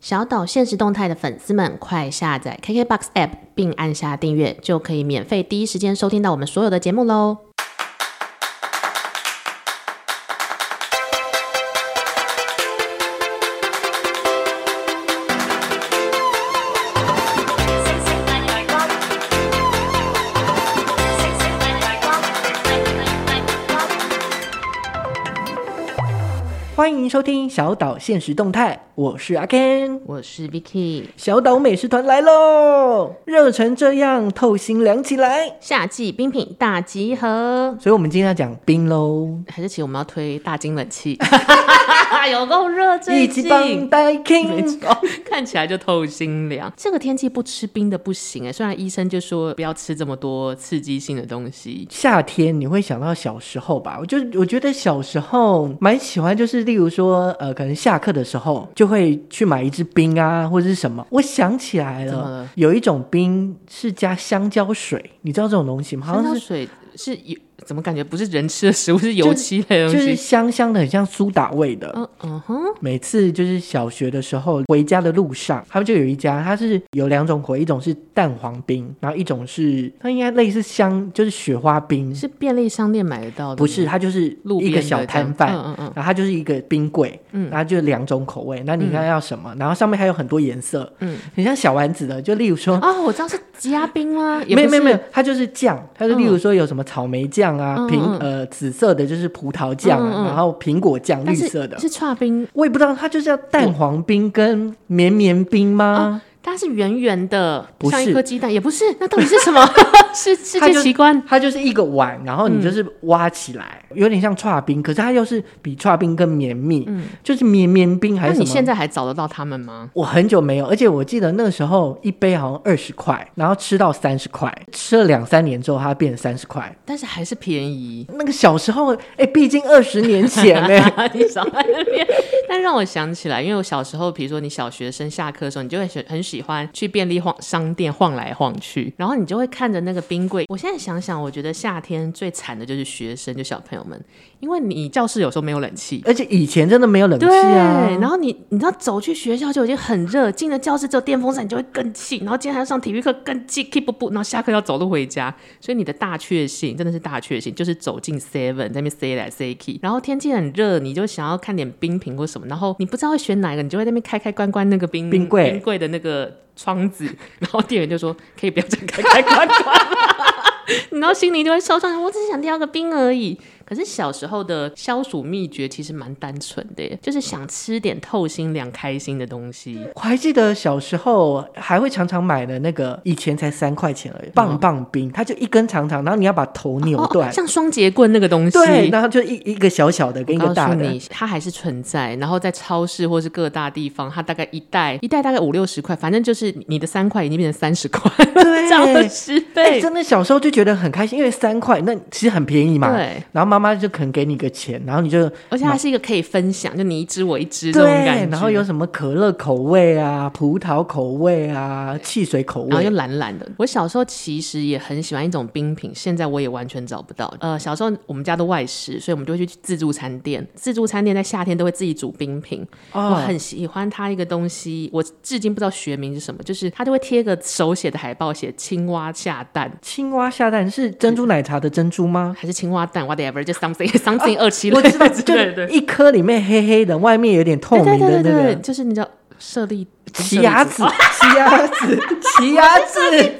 小岛现实动态的粉丝们，快下载 KKBOX App 并按下订阅，就可以免费第一时间收听到我们所有的节目喽。星星發亮光，星星發亮光，發亮光。欢迎收听小岛现实动态，我是阿 Ken。我是 Vicky，小岛美食团来喽，热成这样，透心凉起来。夏季冰品大集合，所以我们今天要讲冰喽，还是其实我们要推大金冷气，有够热，最一起棒近。带没 king。错，看起来就透心凉。这个天气不吃冰的不行哎、虽然医生就说不要吃这么多刺激性的东西，夏天你会想到小时候吧？我就我觉得小时候蛮喜欢，就是例如说，呃，可能下课的时候就会去买一支冰啊，或者是什么。我想起来怎么了，了有一种冰是加香蕉水，你知道这种东西吗？好香像蕉是水是油，怎么感觉不是人吃的食物，是油漆类的就东西？是香香的，很像苏打味的。嗯嗯哼，每次就是小学的时候回家的路上，他们就有一家，它是有两种口味，一种是蛋黄冰，然后一种是它应该类似香，就是雪花冰，是便利商店买得到的吗，不是？它就是路一边个的小这样摊贩，嗯嗯然后它就是一个冰柜，嗯然后就两种口味，那你看要什么？然后上面还有很多颜色，嗯很像小丸子的，就例如说。嗯。哦，我知道是吉亚冰 吗？也没有不没是有没有，，它就是酱，它就例如说有什么草莓酱啊，嗯苹嗯呃紫色的就是葡萄酱啊，嗯嗯嗯然后苹果酱绿但是色的，是串冰我也不知道，它就是要蛋黄冰跟绵绵冰吗哦？，它是圆圆的，不像一是颗鸡蛋，也不是， 那到底是什么？是世它界就奇观。它就是一个碗，然后你嗯就是挖起来，有点像串冰，可是它又是比串冰更绵密，就是绵绵冰嗯还那是什你么？现在还找得到他们吗？我很久没有，而且我记得那时候一杯好像二十块，然后吃到三十块，吃了两三年之后它变三十块。但是还是便 宜。那个小时候，哎、毕竟二十年前哎、你少在那边， 但让我想起来，因为我小时候，比如说你小学生下课的时候，你就会很很喜欢去便利晃商店晃来晃去，然后你就会看着那个冰柜。我现在想想，我觉得夏天最惨的就是学生，就小朋友们，因为你教室有时候没有冷气。而且以前真的没有冷气对，啊。然后你你知道走去学校就已经很热，进了教室只有电风扇，你就会更气。然后今天还要上体育课，更气，keep 不不，然后下课要走路回家，所以你的大确幸真的是大确幸，就是走进 Seven 在那边塞来塞去，然后天气很热，你就想要看点冰品或什么，然后你不知道会选哪一个，你就会在那边开开关关那个冰冰柜冰柜的那个窗子，然后店员就说可以不要再开开关关吗。然后心里就会受伤，我只是想挑个冰而已。可是小时候的消暑秘诀其实蛮单纯的耶，就是想吃点透心凉、开心的东西。我还记得小时候还会常常买的那个，以前才三块钱而已，棒棒冰，它就一根长长，然后你要把头扭断，哦，像双节棍那个东西。对，然后就一一个小小的跟一我个告大诉的，你，它还是存在。然后在超市或是各大地方，它大概一袋一袋大概五六十块，反正就是你的三块已经变成三十块， 对涨了十哎、倍。真的小时候就觉得很开心，因为三块那其实很便宜嘛。对然后妈妈就可能给你个钱，然后你就而且它是一个可以分享，就你一支我一支这对种感觉。然后有什么可乐口味啊、葡萄口味啊、汽水口然后又味。懒懒的。我小时候其实也很喜欢一种冰品，现在我也完全找不到。呃，小时候我们家都外食，所以我们就会去自助餐店。自助餐店在夏天都会自己煮冰品，哦我很喜欢它一个东西，我至今不知道学名是什么，就是它就会贴个手写的海报，写青蛙下蛋。青蛙下蛋是珍珠奶茶的珍 珠吗？还是青蛙蛋，whatever，就 something something 二七六，我知道，之就类是的。一颗里面黑黑的，外面有点透对对明的对对那对，个就是你知道哦舍利不是 奇舍利亚子籽、 奇亚 籽、奇亚籽，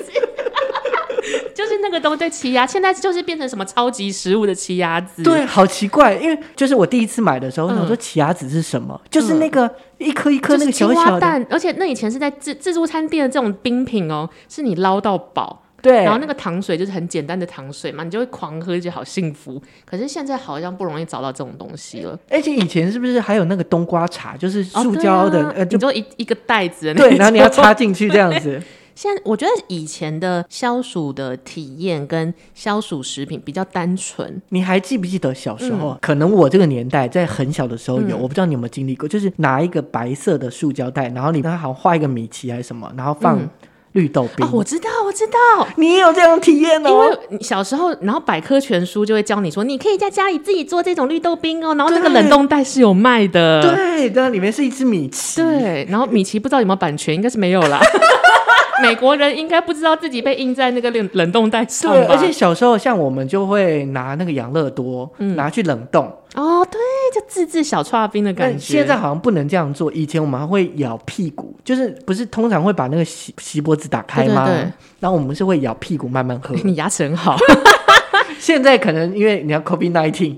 就是那个东西对奇亚，现在就是变成什么超级食物的奇亚籽。对，啊好奇怪，因为就是我第一次买的时候，我想说奇亚籽是什么？就是那个一颗一颗嗯就那是个青小蛙小的，蛋，而且那以前是在自自助餐店的这种冰品哦，是你捞到饱，对，然后那个糖水就是很简单的糖水嘛，你就会狂喝，就好幸福。可是现在好像不容易找到这种东西了，而且哎以前是不是还有那个冬瓜茶，就是哦塑胶对的，啊呃，你就说一一个袋子的那对，然后你要种插进去这样 子。现在我觉得以前的消暑的体验跟消暑食品比较单纯，你还记不记得小时嗯候？可能我这个年代在很小的时候有，我不知道你有没有经历过，就是拿一个白色的塑胶袋，然后你它好像画一个米奇还是什么，然后放绿豆冰。哦，嗯我知道，我知道。你也有这样的体验因哦？为你小时候，然后百科全书就会教你说，你可以在家里自己做这种绿豆冰哦，然后那个对冷冻袋是有卖的。 对，那里面是一只米奇。对，然后米奇不知道有没有版权，应该是没有啦。 美国人应该不知道自己被印在那个冷冷冻袋上对，吧？而且小时候像我们就会拿那个养乐多、拿去冷冻，哦，对，就自制小串冰的感但觉。现在好像不能这样做。以前我们还会咬屁股，就是不是通常会把那个锡锡箔纸打开吗？对对对。然后我们是会咬屁股慢慢喝 你牙齿很好，现在可能因为你要 COVID nineteen，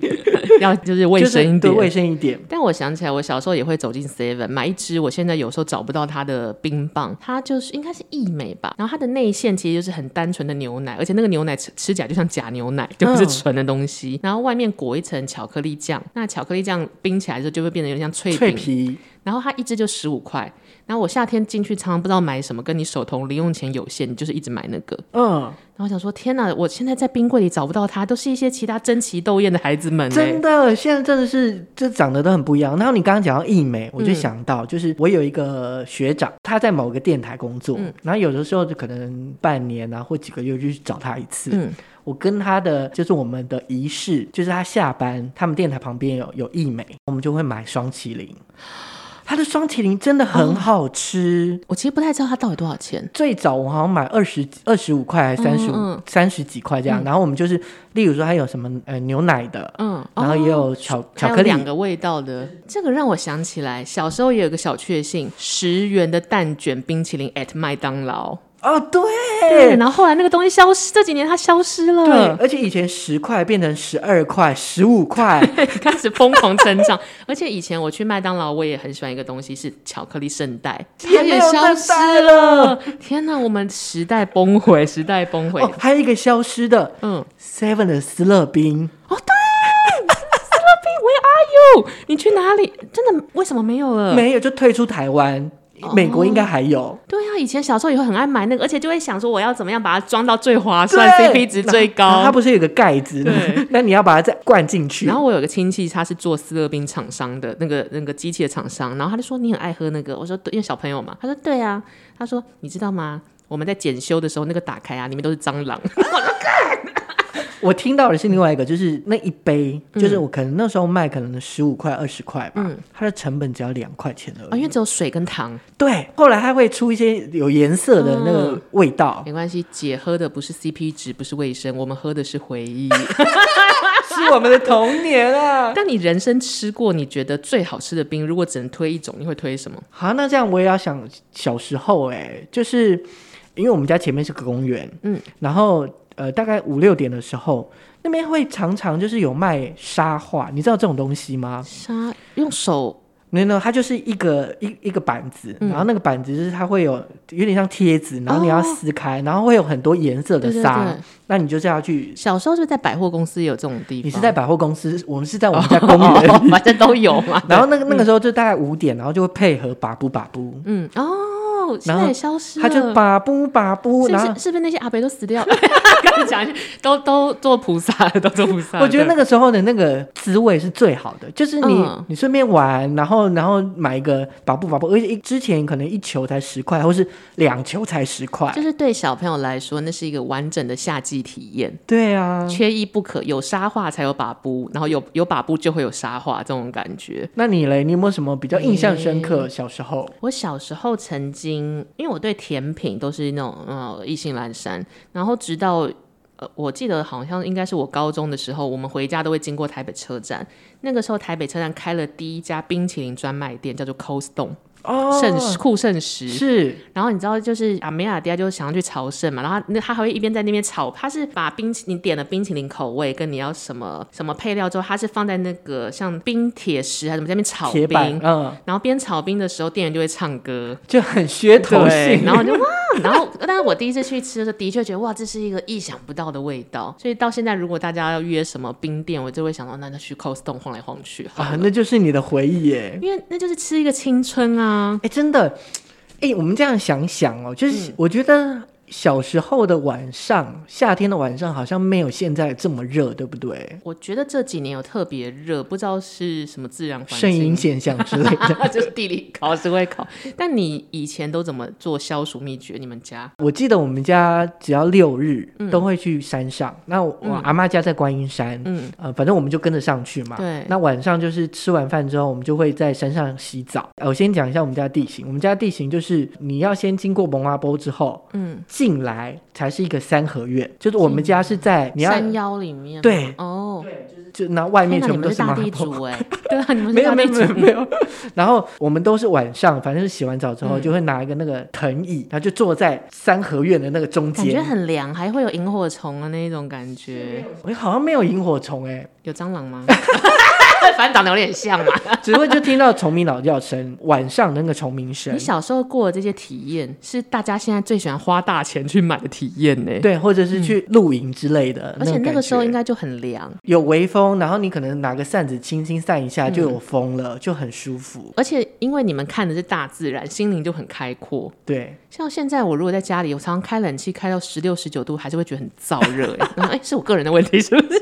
要就是卫生一对点。卫生一点。但我想起来，我小时候也会走进 Seven 买一支，我现在有时候找不到它的冰棒，它就是应该是益美吧。然后它的内馅其实就是很单纯的牛奶，而且那个牛奶吃吃起来就像假牛奶，嗯就不是纯的东西。然后外面裹一层巧克力酱，那巧克力酱冰起来之后就会变得有点像脆饼。脆皮，然后它一支就十五块。然后我夏天进去常常不知道买什么，跟你手头零用钱有限，你就是一直买那个。嗯，然后我想说，天哪！我现在在冰柜里找不到它，都是一些其他争奇斗艳的孩子们、欸。真的，现在真的是这长得都很不一样。然后你刚刚讲到艺嗯美，我就想到，就是我有一个学长，他在某个电台工作，嗯然后有的时候就可能半年啊或几个月就去找他一次。嗯我跟他的就是我们的仪式，就是他下班，他们电台旁边有有艺美，我们就会买双 麒麟。他的双麒麟真的很好吃。我其实不太知道它到底多少钱。最早我好像买二十二十五块还是三十嗯五嗯三十几块这样，然后我们就是，例如说它有什么呃牛奶的，嗯，然后哦也有巧、还巧有克力两个味道的，这个让我想起来，小时候也有个小确幸，十元的蛋卷冰淇淋 at 麦当劳。哦，对对，然后后来那个东西消失，这几年它消失对了，而且以前十块变成十二块、十五块， 开始疯狂成长。 而且以前我去麦当劳，我也很喜欢一个东西是巧克力圣代，它没也有消圣失代了。天哪，我们时代崩毁，时代崩 毁。哦，还有一个消失的嗯， Seven 的斯乐冰， Where are you？你去哪里？真的为什么没有了？没有就退出台湾，哦美国应该还有。对啊，以前小时候也会很爱买那个，而且就会想说我要怎么样把它装到最划算对，CP 值最然后高。它不是有个盖子对，那你要把它再灌进去。然后我有个亲戚，他是做斯乐冰厂商的那个那个机器的厂商，然后他就说你很爱喝那个，我说对，因为小朋友嘛，他说对啊，他说你知道吗？我们在检修的时候，那个打开啊，里面都是蟑螂。我听到的是另外一个，就是那一杯，嗯就是我可能那时候卖可能十五块、二十块吧，它的成本只要两块钱啊，而嗯因已。为只有水跟糖，对，后来它会出一些有颜色的那嗯个味道，没关系。姐喝的不是 CP 值，不是卫生，我们喝的是回忆。 是我们的童年啊！但你人生吃过你觉得最好吃的冰，如果只能推一种，你会推什么？ 好，那这样我也要想小时候哎、就是因为我们家前面是个公园，嗯，然后呃，大概五六点的时候，那边会常常就是有卖沙画，你知道这种东西吗？沙用手没有没有，它就是一个一一个板子，然后那个板子就是它会有有点像贴纸，然后你要撕开，然后会有很多颜色的对对沙，对那你就是要去。小时候是不是在百货公司也有这种地方？你 是在百货公司，我们是在我们家公园，。哦反正都有嘛 然后那个那个时候就大概五点，然后就会配合把布把布，嗯，哦，现然后在也消失他了。就把布把布，是不然后是是不是那些阿伯都死 掉了？跟你讲一下，都都做菩萨了，都做菩萨了。我觉得那个个时候的那个滋味是最好的，就是你、嗯你顺便玩，然后然后买一个把布把布，而且一之前可能一球才十块，或是两球才十块就。是对小朋友来说，那是一个完整的夏季体验，对啊，缺一不可。有沙画才有把布，然后有有把布就会有沙画这种感觉。那你嘞，你有没有什么比较印象深刻？小时候我小时候曾经，因为我对甜品都是那种呃意兴阑珊，然后直到呃，我记得好像应该是我高中的时候，我们回家都会经过台北车站，那个时候台北车站开了第一家冰淇淋专卖店，叫做 Cold Stone 哦圣石酷圣石。是然后你知道，就是阿美亚迪亚就是想要去朝圣嘛，然后他那他还会一边在那边炒，他是把冰淇你点了冰淇淋口味跟你要什么什么配料之后，他是放在那个像冰铁石还是什么在那边炒铁板冰，，嗯，然后边炒冰的时候，店员就会唱歌，就很噱头对，性。然后我就哇，然后但是我第一次去吃的时候，的确觉得哇，这是一个意想不到的味道。所以到现在，如果大家要约什么冰店，我就会想到那就去 Cost Stone 晃来晃去好了啊，那就是你的回忆耶。因为那就是吃一个青春啊。嗯哎、真的，哎、我们这样想想哦，就是我觉得小时候的晚上，夏天的晚上好像没有现在这么热，对不对？我觉得这几年有特别热，不知道是什么自然环境，肾阴现象之类的。 就是地理哦考试会考。但你以前都怎么做消暑秘诀？你们家我记得我们家只要六日都会去山上，那我,、阿妈家在观音山，嗯呃，反正我们就跟着上去嘛。对那晚上就是吃完饭之后，我们就会在山上洗澡。呃我先讲一下我们家地形，我们家地形就是你要先经过蒙阿波之后嗯，进来才是一个三合院，就是我们家是在你要嗯山腰里面对哦，就那外面天哪全你部们都是大蒙阿地波。主哎、 对啊，你们没是有大没地有没有主，没有， 然后我们都是晚上，反正是洗完澡之嗯后就会拿一个那个藤椅，然后就坐在三合院的那个中感觉间。很凉，还会有萤火虫的那一种感觉。我好像没有萤火虫哎、 有蟑螂 吗？反正长得有点像嘛。只会就听到虫鸣鸟叫声，晚上那个虫鸣声你，小时候过的这些体验，是大家现在最喜欢花大钱去买的体验呢、，对，或者是去露营之类的。嗯而且那那个时候应该该就很凉。有微风，然后你可能拿个扇子轻轻扇一嗯下就有风了，就很舒服。而且因为你们看的是大自然，心灵就很开阔。对，像现在我如果在家里，我常常开冷气开到十六、十九度，还是会觉得很燥热、欸。 然后哎、是我个人的问题是不是？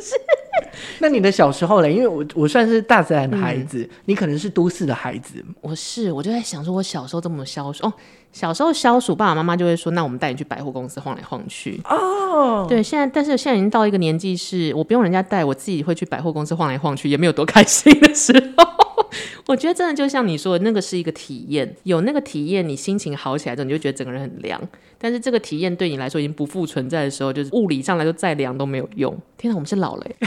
那你的小时候嘞？因为我我算是大自然的孩嗯子，你可能是都市的孩子。我是，我就在想说，我小时候这么消暑哦，小时候消暑，爸爸妈妈就会说，那我们带你去百货公司晃来晃去。哦，对，现在但是现在已经到一个年纪，是我不用人家带，我自己会去百货公司晃来晃去，也没有多开心的时候。 我觉得真的就像你说的，那个是一个体验，有那个体验，你心情好起来之后，你就觉得整个人很凉。但是这个体验对你来说已经不复存在的时候，就是物理上来说再凉都没有用。天哪，我们是老了欸、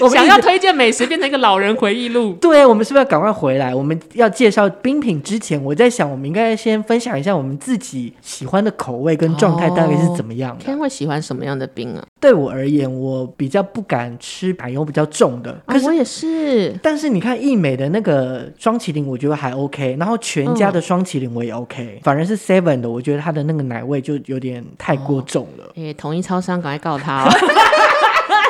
我们想一要直推荐美食变成一个老人回忆录。 对，啊我们是不是要赶快回来？我们要介绍冰品之前，我在想，我们应该先分享一下我们自己喜欢的口味跟状态大概是怎么样的。哦天会喜欢什么样的冰啊？对我而言，我比较不敢吃奶油比较重的，可啊，是我也是。但是你看益美的那个双麒麟，我觉得还 OK，然后全家的嗯双麒麟我也 OK，、反而是 Seven 的，我觉得它的那个奶味就有点太过重了。 诶、统一超商赶快告他、哦！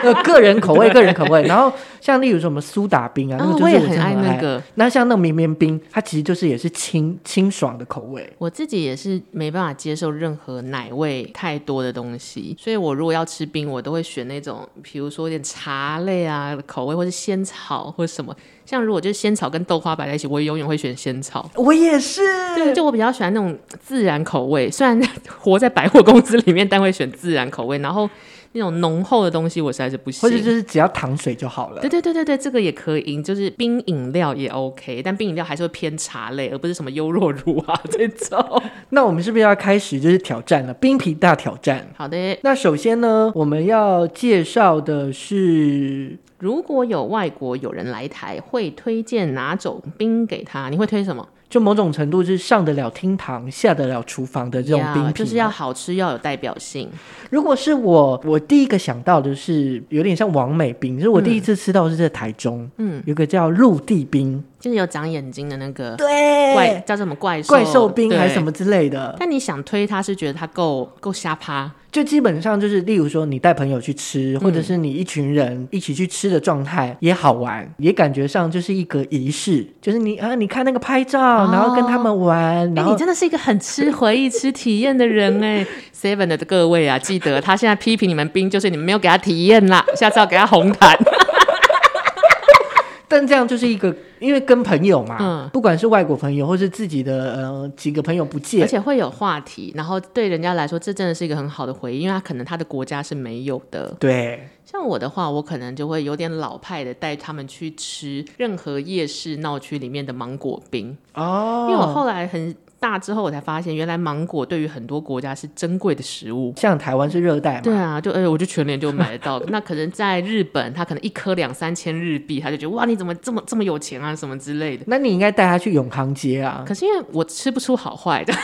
呃，个人口味，个人口味。然后像例如什么苏打冰啊，那啊个我就也是我真的很爱很那爱个。那像那个绵绵冰，它其实就是也是清清爽的口味。我自己也是没办法接受任何奶味太多的东西，所以我如果要吃冰，我都会选那种，比如说有点茶类啊口味，或是仙草或者什么。像如果就是仙草跟豆花摆在一起，我永远会选仙草。我也是，对，就我比较喜欢那种自然口味，虽然活在百货公司里面，但会选自然口味。然后那种浓厚的东西，我实在是不行。或者就是只要糖水就好了对。对对对对，这个也可以，就是冰饮料也 OK，但冰饮料还是会偏茶类，而不是什么优若乳啊这种。那我们是不是要开始就是挑战了？冰皮大挑战。 好的，那首先呢，我们要介绍的是如果有外国友人来台，会推荐哪种冰给他？你会推什么？就某种程度是上得了厅堂，下得了厨房的这种呀冰品，啊就是要。好吃，要有代表性。如果是我，我第一个想到的是有点像王美冰，就是我第一次吃到的是在台中，嗯，有个叫陆地冰，就是有长眼睛的那个怪，对，叫什么怪兽？怪兽冰还是什对？么之类的，但你想推他是觉得他够够瞎趴，就基本上就是，例如说你带朋友去吃，或者是嗯你一群人一起去吃的状态也好玩，也感觉上就是一个仪式，就是你啊，你看那个拍照，然后跟他们玩，哎、然后你真的是一个很吃回忆、吃体验的人哎、Seven 的各位啊，记得他现在批评你们冰，就是你们没有给他体验 啦，下次要给他红毯。但这样就是一个，因为跟朋友嘛，嗯不管是外国朋友或是自己的呃几个朋友不而见，且会有话题，然后对人家来说，这真的是一个很好的回忆，因为他可能他的国家是没有的。对，像我的话，我可能就会有点老派的，带他们去吃任何夜市闹区里面的芒果冰，哦因为我后来很大之后，我才发现原来芒果对于很多国家是珍贵的食物。像台湾是热带嘛，对啊，就哎、我就全年就买得到。那可能在日本，他可能一颗两三千日币，他就觉得哇，你怎么这么这么有钱啊，什么之类的。那你应该带他去永康街啊。可是因为我吃不出好坏的，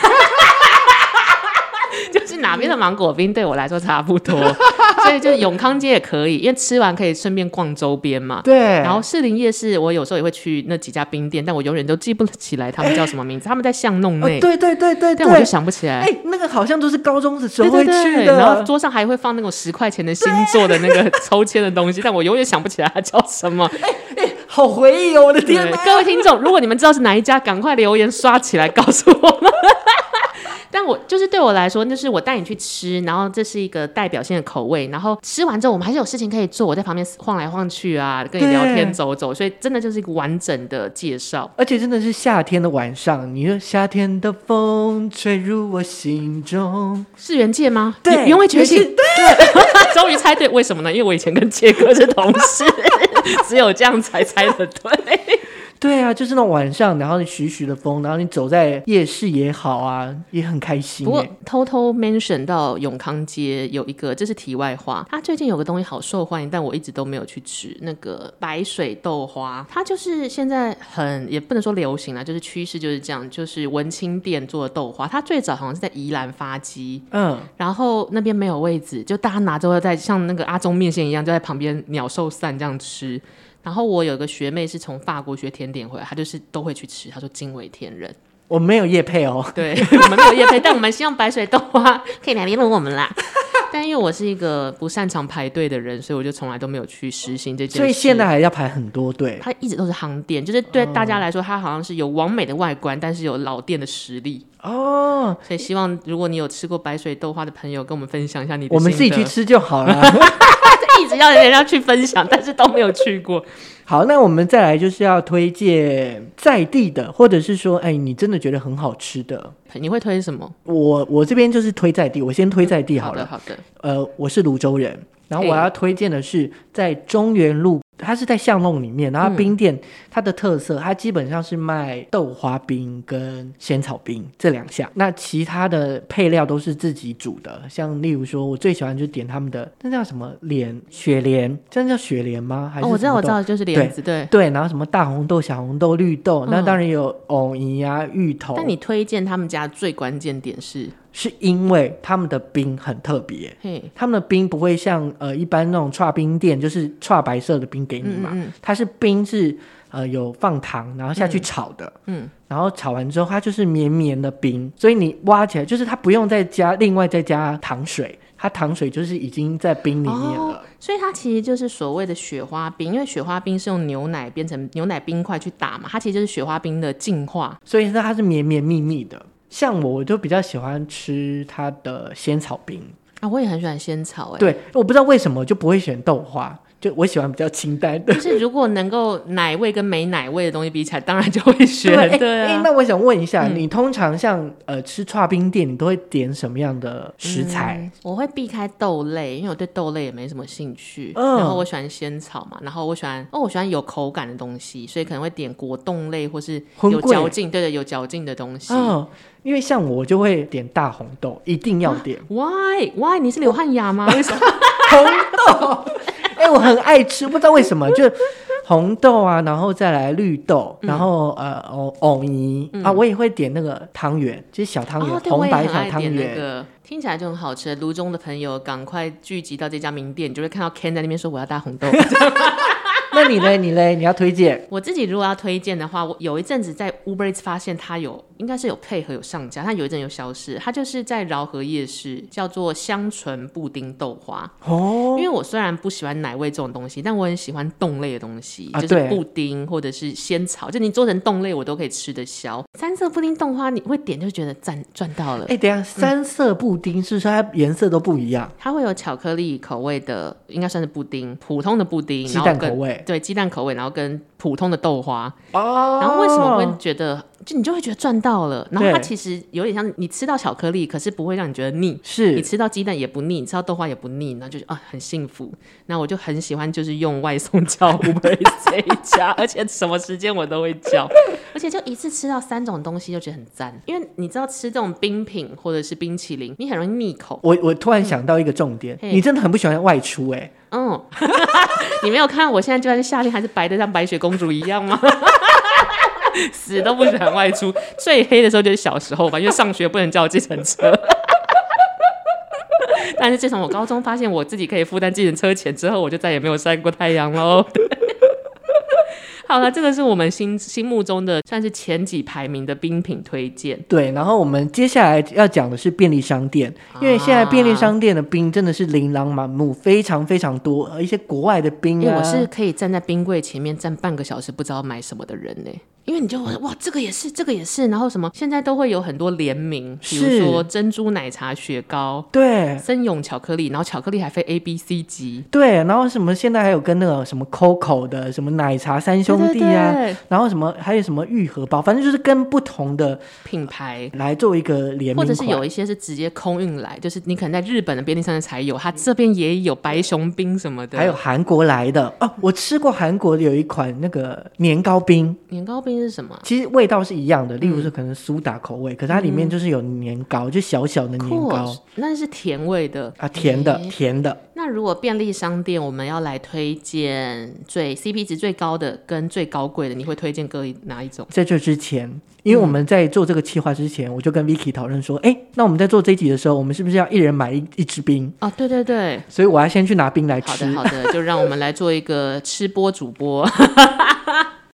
就是哪边的芒果冰对我来说差不多，所以就永康街也可以，因为吃完可以顺便逛周边嘛。对，然后士林夜市，我有时候也会去那几家冰店，但我永远都记不起来他们叫什么名字，他们在巷弄哦，内，对对对对但我就对，想不起来。哎、那个好像都是高中的时对候对会去的，对，然后桌上还会放那种十块钱的星座的那个抽签的 东西，但我永远想不起来它叫什么。好回忆哦，我的对天哪！各位听众，如果你们知道是哪一家，赶快留言刷起来告诉我们。但 但我就是对我来说，就是我带你去吃，然后这是一个代表性的口味，然后吃完之后我们还是有事情可以做，我在旁边晃来晃去啊，跟你聊天对走走，所以真的就是一个完整的介绍。而且真的是夏天的晚上，你说夏天的风吹入我心中，是原界吗？对原味觉原醒。对， 终于猜对，为什么呢？因为我以前跟杰哥是同 事，只有这样才猜的对。对啊，就是那种晚上，然后你徐徐的风，然后你走在夜市也好啊，也很开心、不过欸。偷偷 mention 到永康街有一个，这是题外话。它最近有个东西好受欢迎，但我一直都没有去吃。那个白水豆花，它就是现在很也不能说流行啦，就是趋势就是这样，就是文青店做的豆花。它最早好像是在宜兰发迹，嗯，然后那边没有位置，就大家拿着在像那个阿中面线一样，就在旁边鸟兽散这样吃。然后我有个学妹是从法国学甜点回来，她就是都会去吃，她说惊为天 人。我没有夜配哦。对我们没有夜配，但我们希望白水豆花可以来联络我们啦。但因为我是一个不擅长排队的人，所以我就从来都没有去实行这件事。所以现在还要排很多队，它一直都是夯店，就是对大家来说，它好像是有完美的外观，但是有老店的实力。哦，所以希望如果你有吃过白水豆花的朋友，跟我们分享一下你的。我们自己去，吃就好了。 一直要人家去分享，但是都没有去过。 好，那我们再来就是要推荐在地的，或者是说，哎，你真的觉得很好吃的。 你会推什么？我我这边就是推在地，我先推在地好了的，。好的。呃，我是泸州人，然后我嘿要推荐的是在中原路，它是在巷弄里面，然嗯后它冰店、它的特色，它基本上是卖豆花冰跟仙草冰这两项，那其他的配料都是自己煮的，像例如说我最喜欢就是点他们的那叫什么莲雪莲，真的叫雪莲吗？还是、哦，我知道，我知。道，就是莲对子，对。对，然后什么大红豆、小红豆、绿豆，那嗯当然也有藕泥啊、芋头。但你推荐他们家最关键点是，是因为他们的冰很特别，嘿，他们的冰不会像呃一般那种串冰店，就是串白色的冰给你嗯嘛，嗯嗯，它是冰是呃有放糖，然后下去炒的，嗯嗯然后炒完之后它就是绵绵的冰，所以你挖起来就是它不用再加另外再加糖水，它糖水就是已经在冰里面了，哦，所以它其实就是所谓的雪花冰，因为雪花冰是用牛奶变成牛奶冰块去打嘛，它其实就是雪花冰的进化。所以它是绵绵密密的。像我，我就比较喜欢吃它的仙草冰，啊，我也很喜欢仙草哎、，对，我不知道为什么就不会选豆花，就我喜欢比较清淡的就。是如果能够奶味跟没奶味的东西比起来，当然就会选哎对哎啊。那我想问一下，你通常像呃吃串冰店，你都会点什么样的食材？嗯我会避开豆类，因为我对豆类也没什么兴趣。嗯然后我喜欢仙草嘛，然后我喜欢哦，我喜欢有口感的东西，所以可能会点果冻类或是荤有桂嚼劲，对对，有嚼劲的东西。哦，因为像我就会点大红豆，一定要 点 Why Why？你是刘汉雅吗？为什么？红豆。 哎、我很爱吃，不知道为什么，就红豆啊，然后再来绿豆，嗯然后呃藕藕泥、啊，我也会点那个汤圆，就是小汤 圆，哦，对，我红也白很小爱汤点那圆。个，听起来就很好吃。泸州的朋友赶快聚集到这家名店，你就会看到 Ken 在那边说我要大红豆。那你嘞？你嘞？你要推荐？我自己如果要推荐的话，我有一阵子在 Uber Eats 发现它有，应该是有配合有上架，它有一阵有消失。它就是在饶河夜市叫做香醇布丁豆花。哦因为我虽然不喜欢奶味这种东西，但我很喜欢冻类的东西，啊就是对布丁或者是仙草，就你做成冻类我都可以吃得消。三色布丁豆花你会点就觉得赚赚到了哎、。等一下，三色布丁是不是它颜色都不一样？它会有巧克力口味的，应该算是布丁，普通的布丁，鸡然后蛋跟口味对，鸡蛋口味，然后跟普通的豆花，哦然后为什么会觉得，就你就会觉得赚到了，然后它对其实有点像是你吃到巧克力，可是不会让你觉得腻。是你吃到鸡蛋也不腻，你吃到豆花也不腻，然后就啊很幸福。那我就很喜欢，就是用外送叫 Uber Eats 这一家，而且什么时间我都会 叫，而且就一次吃到三种东西就觉得很赞。因为你知道吃这种冰品或者是冰淇淋，你很容易腻口。我我突然想到一个重点，嘿你真的很不喜欢外出哎、嗯， 你没有看我现在就算是夏天还是白的像白雪公主一样吗？ 死都不喜欢外出，最黑的时候就是小时候吧，因为上学不能叫计程车。 但是自从我高中发现我自己可以负担计程车钱之后，我就再也没有晒过太阳喽。对 好了，这个是我们心心目中的算是前几排名的冰品推荐。对，然后我们接下来要讲的是便利商店，啊因为现在便利商店的冰真的是琳琅满目，非常非常多，呃一些国外的冰因为啊。我是可以站在冰柜前面站半个小时不知道买什么的人呢、因为你就会嗯哇，这个也是，这个也是，然后什么，现在都会有很多联名，比如是说珍珠奶茶、雪糕、对森永巧克力，然后巧克力还分 A、B、C 级，对，然后什么现在还有跟那个什么 COCO 的什么奶茶三兄弟啊，对对对然后什么还有什么愈合包，反正就是跟不同的品牌。来做一个联名或款，者是有一些是直接空运来，就是你可能在日本的便利商店才有，它这边也有白熊冰什么的，还有韩国来的哦，我吃过韩国有一款那个年糕冰，年糕冰是什么啊？其实味道是一样的，例嗯如说可能苏打口味，可是它里面就是有年糕，就小小的年酷糕哦，那是甜味的啊，甜的诶甜的，那如果便利商店我们要来推荐最 CP 值最高的跟最高贵的，你会推荐各一哪一种？在这之嗯前，因为我们在做这个企划之前，我就跟 Vicky 讨论说，哎、那我们在做这一集的时候，我们是不是要一人买一一支冰？哦，对对对，所以我要先去拿冰来好吃的。好 的，就让我们来做一个吃播主播。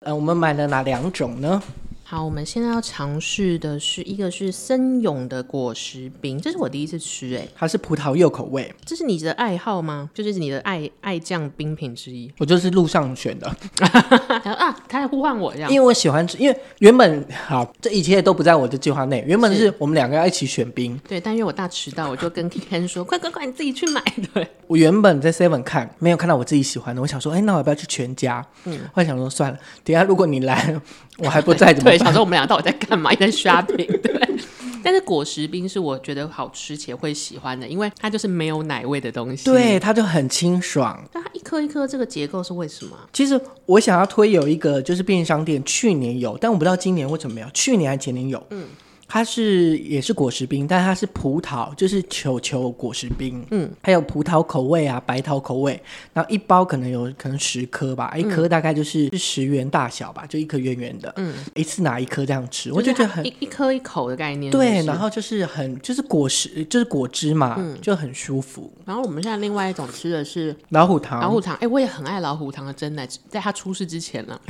呃，我们买了哪两种呢？好，我们现在要尝试的是一个是森永的果实冰，这是我第一次吃、哎，它是葡萄柚口味，这是你的爱好吗？就是你的爱爱酱冰品之一。我就是路上选的，然后 啊，他在呼唤我这样因为我喜欢吃。因为原本好，这一切都不在我的计划内。原本是我们两个要一起选冰，对，但因为我大迟到，我就跟 Ken 说， 快快快，你自己去买。对，我原本在 Seven 看，没有看到我自己喜欢的，我想说，哎、那我要不要去全家？嗯，后来想说算了，等一下如果你来，我还不 在怎么对，想办？说我们俩到底在干嘛？一直在 shopping，对。 但是果实冰是我觉得好吃且会喜欢的，因为它就是没有奶味的东西。对，，它就很清爽。但它一颗一颗这个结构是为什么啊？其实我想要推有一个，就是便利商店去年有，但我不知道今年为什么没有。去年还前年有，嗯，它是也是果实冰，但它是葡萄，就是球球果实冰，嗯，还有葡萄口味啊，白桃口味，然后一包可能有可能十颗吧，一颗大概就是是十元大小吧，就一颗圆圆的，嗯，一次拿一颗这样吃，我就觉得很一一颗一口的概念。对，是不然是后就是很就是果实就是果汁嘛，就很舒服。然后我们现在另外一种吃的是老虎糖，老虎糖，哎、我也很爱老虎糖的真奶，在它出事之前 了，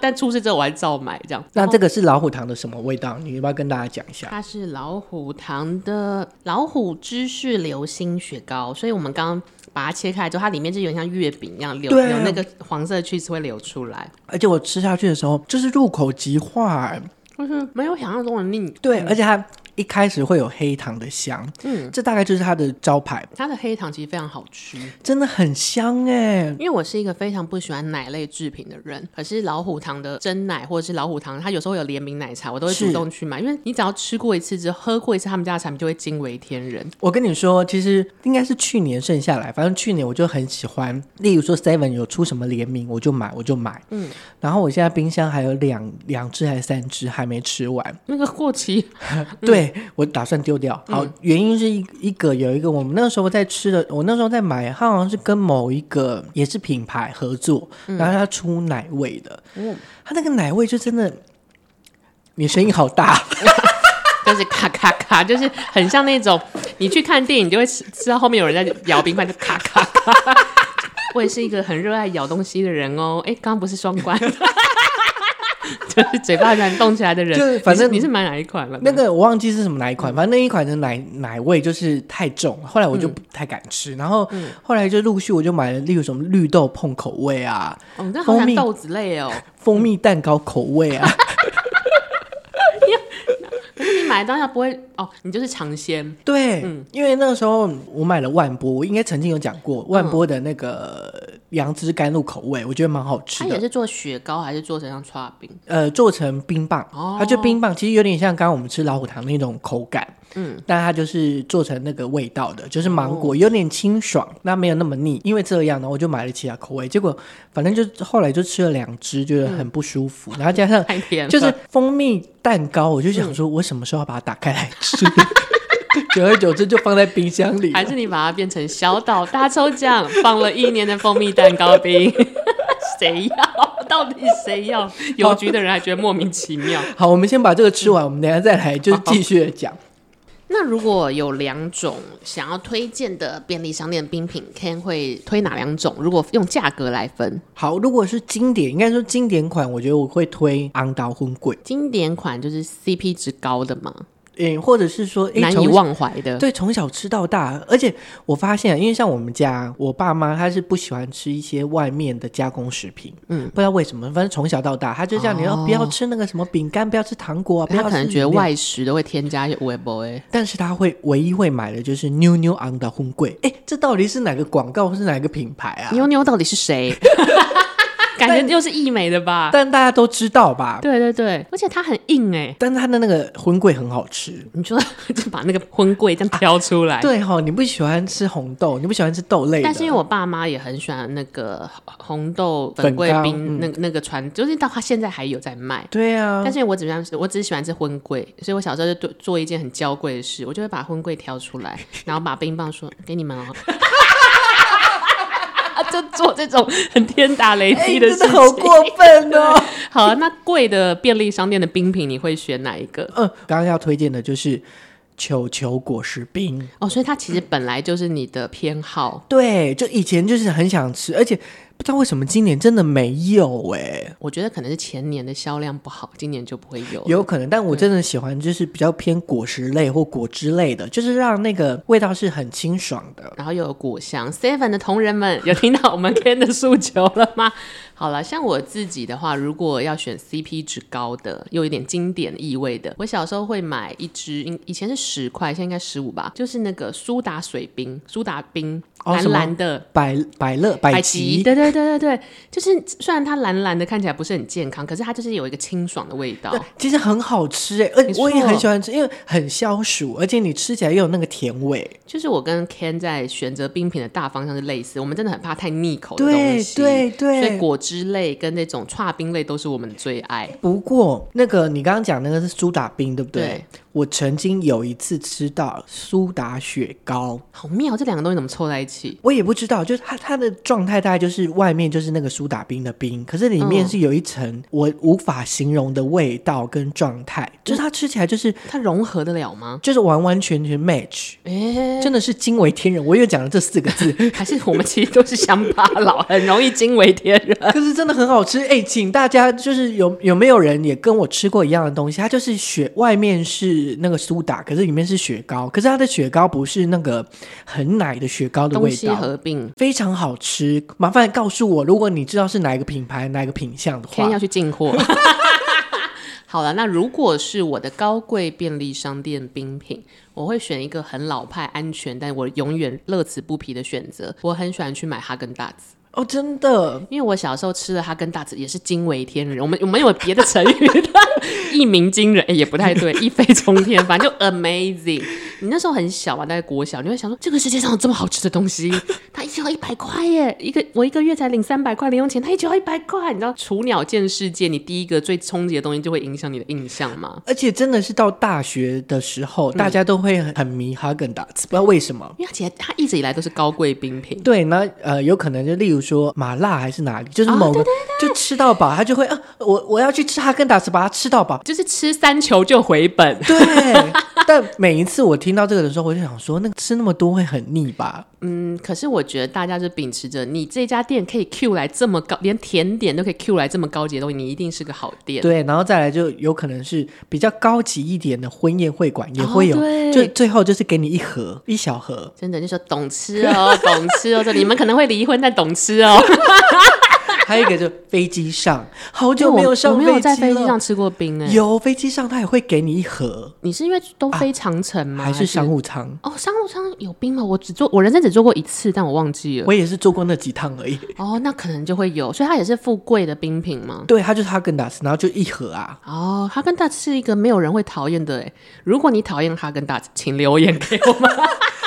但出事之后我还照买这样。那这个是老虎糖的什么味道？你要不要跟大家讲一下？它是老虎糖的老虎芝士流心雪糕，所以我们刚刚把它切开之后，它里面就有点像月饼一样流对啊流那个黄色 cheese 会流出来，而且我吃下去的时候，就是入口即化，就是没有想象中的腻。对，而且它一开始会有黑糖的香，嗯，这大概就是它的招牌，它的黑糖其实非常好吃，真的很香哎。因为我是一个非常不喜欢奶类制品的人，可是老虎糖的真奶或者是老虎糖，它有时候有联名奶茶，我都会是主动去买，因为你只要吃过一次之后，喝过一次他们家的产品，就会惊为天人。我跟你说，其实应该是去年剩下来，反正去年我就很喜欢，例如说 Seven 有出什么联名，我就买，我就买，嗯。然后我现在冰箱还有两两只还是三只还没吃完，那个过期，嗯对我打算丢掉。好，原因是一一个有一个我们那时候在吃的，我那时候在买，它好像是跟某一个也是品牌合作，嗯然后它出奶味的，哦它那个奶味就真的，你声音好大， 嗯就是咔咔咔，就是很像那种你去看电影，你就会吃吃到后面有人在咬冰块，就咔咔咔。 我也是一个很热爱咬东西的人哦。哎，刚刚不是双关， 就是嘴巴很难动起来的人。就是反正你是你是买哪一款了？那个我忘记是什么哪一款，嗯反正那一款的奶奶味就是太重，后来我就不太敢吃，然后嗯后来就陆续我就买了，例如什么绿豆碰口味啊，哦，那好蜂像蜜豆子类哦。蜂蜜蛋糕口味啊，可是你买当下不会哦，你就是尝鲜。对，嗯因为那个时候我买了万波，我应该曾经有讲过万波的那个杨枝甘露口味，我觉得蛮好吃它也的。是做雪糕还是做成像刨冰？呃，做成冰棒，哦它就冰棒，其实有点像刚刚我们吃老虎糖那种口感，嗯，但它就是做成那个味道的，就是芒哦果，有点清爽，那没有那么腻。因为这样呢，我就买了其他口味，结果反正就后来就吃了两只，觉得很不舒服，然后加上嗯 太甜了，嗯就是蜂蜜蛋糕，我就想说，我什么时候要把它打开来吃？ 久而久之就放在冰箱里了，还是你把它变成小岛大抽奖，放了一年的蜂蜜蛋糕冰， 谁要？到底谁要？邮局的人还觉得莫名其妙。好，我们先把这个吃完，我们等一下再来就是继续地讲。那如果有两种想要推荐的便利商店冰品，Ken 会推哪两种？如果用价格来分，好，如果是经典，应该说经典款，我觉得我会推昂达荤贵。经典款就是 CP 值高的嘛，嗯，或者是说，诶难以从忘怀的。对，从小吃到大，而且我发现，啊因为像我们家，我爸妈他是不喜欢吃一些外面的加工食品，嗯，不知道为什么，反正从小到大，他就叫你要哦不要吃那个什么饼干，不要吃糖果啊，不他要可能吃觉得饮料，外食都会添加一些微博哎，但是他会唯一会买的就是妞妞昂的烘柜，哎，这到底是哪个广告或是哪个品牌啊？妞妞到底是 谁？感觉又是艺美的吧？但大家都知道吧？对对对，而且它很硬哎，但是他的那个荤桂很好吃。你就 就把那个荤桂这样挑出来。啊对哈、你不喜欢吃红豆，你不喜欢吃豆类的，哎但是因为我爸妈也很喜欢那个红豆粉粉桂糕冰，嗯那个那个传，就是到他现在还有在卖。对啊，但是我只喜欢，我只喜欢吃荤桂，所以我小时候就做做一件很娇贵的事，我就会把荤桂挑出 来，然后把冰棒说给你们哦， 啊就做这种很天打雷哎劈的真事的情。好过分哦。 好啊，那贵的便利商店的冰品你会选哪一个？嗯，刚刚要推荐的就是球球果实冰。哦，所以它其实本来就是你的偏好。对，就以前就是很想吃，而且不知道为什么今年真的没有哎、我觉得可能是前年的销量不好，今年就不会有了。有可能，但我真的喜欢就是比较偏果实类或果汁类的，就是让那个味道是很清爽的。然后又有果香。Seven 的同仁们有听到我们 Ken 的诉求了吗？ 好了，像我自己的话，如果要选 CP 值高的，又有一点经典意味的，我小时候会买一支，应以前是十块，现在应该十五吧，就是那个苏打水冰，苏打冰，哦蓝什么蓝的。百百乐百吉，对对对对对，就是虽然它蓝蓝的，看起来不是很健康，可是它就是有一个清爽的味道对。其实很好吃哎、而没且我也错很喜欢吃，因为很消暑，而且你吃起来又有那个甜味。就是我跟 Ken 在选择冰品的大方向是类似，我们真的很怕太腻口的东对西。对所以对。果汁类跟那种串冰类都是我们的最爱。不过那个你刚刚讲那个是苏打冰，对不对我曾经有一次吃到苏打雪糕，好妙，这两个东西怎么凑在一起？我也不知道，就是它它的状态大概就是外面就是那个苏打冰的冰，可是里面嗯是有一层我无法形容的味道跟状态，嗯就是它吃起来就是它融合得了吗？就是完完全全 match，哎、真的是惊为天人。我又讲了这四个字， 还是我们其实都是乡巴佬，很容易惊为天人。 可是真的很好吃。哎、请大家就是有有没有人也跟我吃过一样的东西？它就是雪，外面是那个苏打，可是里面是雪糕，可是它的雪糕不是那个很奶的雪糕的东味西道。合并非常好吃，麻烦告诉我，如果你知道是哪一个品牌、哪一个品相的话，Ken 要，去进货。 好了，那如果是我的高贵便利商店冰品，我会选一个很老派、安全，但我永远乐此不疲的选择。我很喜欢去买哈根达斯。哦，真的，因为我小时候吃了哈根达斯也是惊为天人，我们我们有别的成语的， 一鸣惊人、诶也不太对，一飞冲天，反正就 amazing。你那时候很小嘛，大概国小，你会想说这个世界上有这么好吃的东西，它一条一百块耶，一个我一个月才领三百块零用钱，它一条一百块，你知道雏鸟见世界，你第一个最冲击的东西就会影响你的印象嘛。而且真的是到大学的时候，嗯大家都会很很迷哈根达斯，不知道为什么。因为它其实它一直以来都是高贵冰品，对，那呃，有可能就例如说麻辣还是哪里，就是啊某个、就吃到饱，他就会啊，我我要去吃哈根达斯，把它吃到 饱。就是吃三球就回本。对，但每一次我听到这个的时候，我就想说，那个吃那么多会很腻吧？嗯，可是我觉得大家就秉持着你这家店可以 Q 来这么高，连甜点都可以 Q 来这么高级的东西，你一定是个好店。对，然后再来就有可能是比较高级一点的婚宴会馆也哦会有，对就最后就是给你一盒一小盒， 真的就说懂吃哦， 懂吃哦，这你们可能会离婚，但懂吃 哦。还有一个就飞机上，好就久没有我上没有在飞机机了上吃过冰哎、有飞机上，他也会给你一盒，你是因为都飞长城吗？啊还是商务舱？哦，商务舱有冰吗？我只做我人生只做过一次，但我忘记了。我也是坐过那几趟而已。哦，那可能就会有，所以它也是富贵的冰品吗？对，它就是哈根达斯，然后就一盒 啊。哦，哈根达斯是一个没有人会讨厌的哎。如果你讨厌哈根达斯，请留言给我们。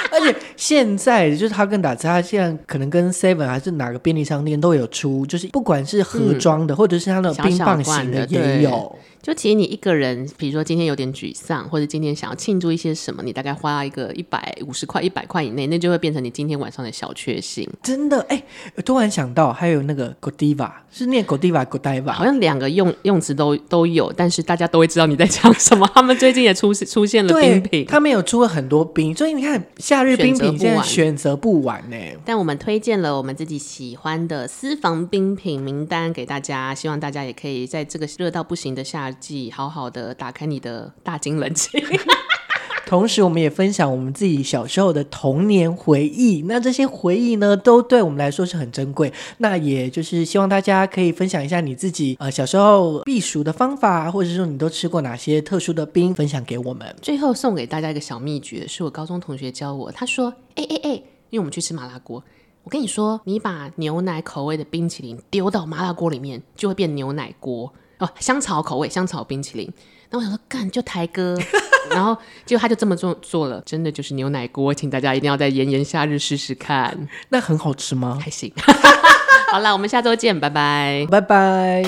而且现在就是哈根达斯，它现在可能跟 Seven 还是哪个便利商店都有出，就是不管是盒装的，或者是它那种冰棒嗯型小小罐的也有。就其实你一个人，比如说今天有点沮丧，或者今天想要庆祝一些什么，你大概花一个一百五十块、一百块以内，那就会变成你今天晚上的小确幸。真的，哎、突然想到还有那个 Godiva，是念 Godiva，Godiva，好像两个用用词都都有，但是大家都会知道你在讲什么。他们最近也出出现了冰对，品，他们有出了很多冰，所以你看夏日冰品现在选择不完呢、欸但我们推荐了我们自己喜欢的私房冰品名单给大家，希望大家也可以在这个热到不行的夏季，好好的打开你的大金冷气。同时，我们也分享我们自己小时候的童年回忆。那这些回忆呢，都对我们来说是很珍贵。那也就是希望大家可以分享一下你自己呃小时候避暑的方法，或者说你都吃过哪些特殊的冰，分享给我们。最后送给大家一个小秘诀，是我高中同学教我。他说：“哎哎哎，因为我们去吃麻辣锅，我跟你说，你把牛奶口味的冰淇淋丢到麻辣锅里面，就会变牛奶锅哦，香草口味香草冰淇淋。”然后我想说，干就台哥， 然后结果他就这么做做了，真的就是牛奶锅，请大家一定要在炎炎夏日试试看，那很好吃吗？ 还行。好啦，我们下周见，拜拜。拜拜。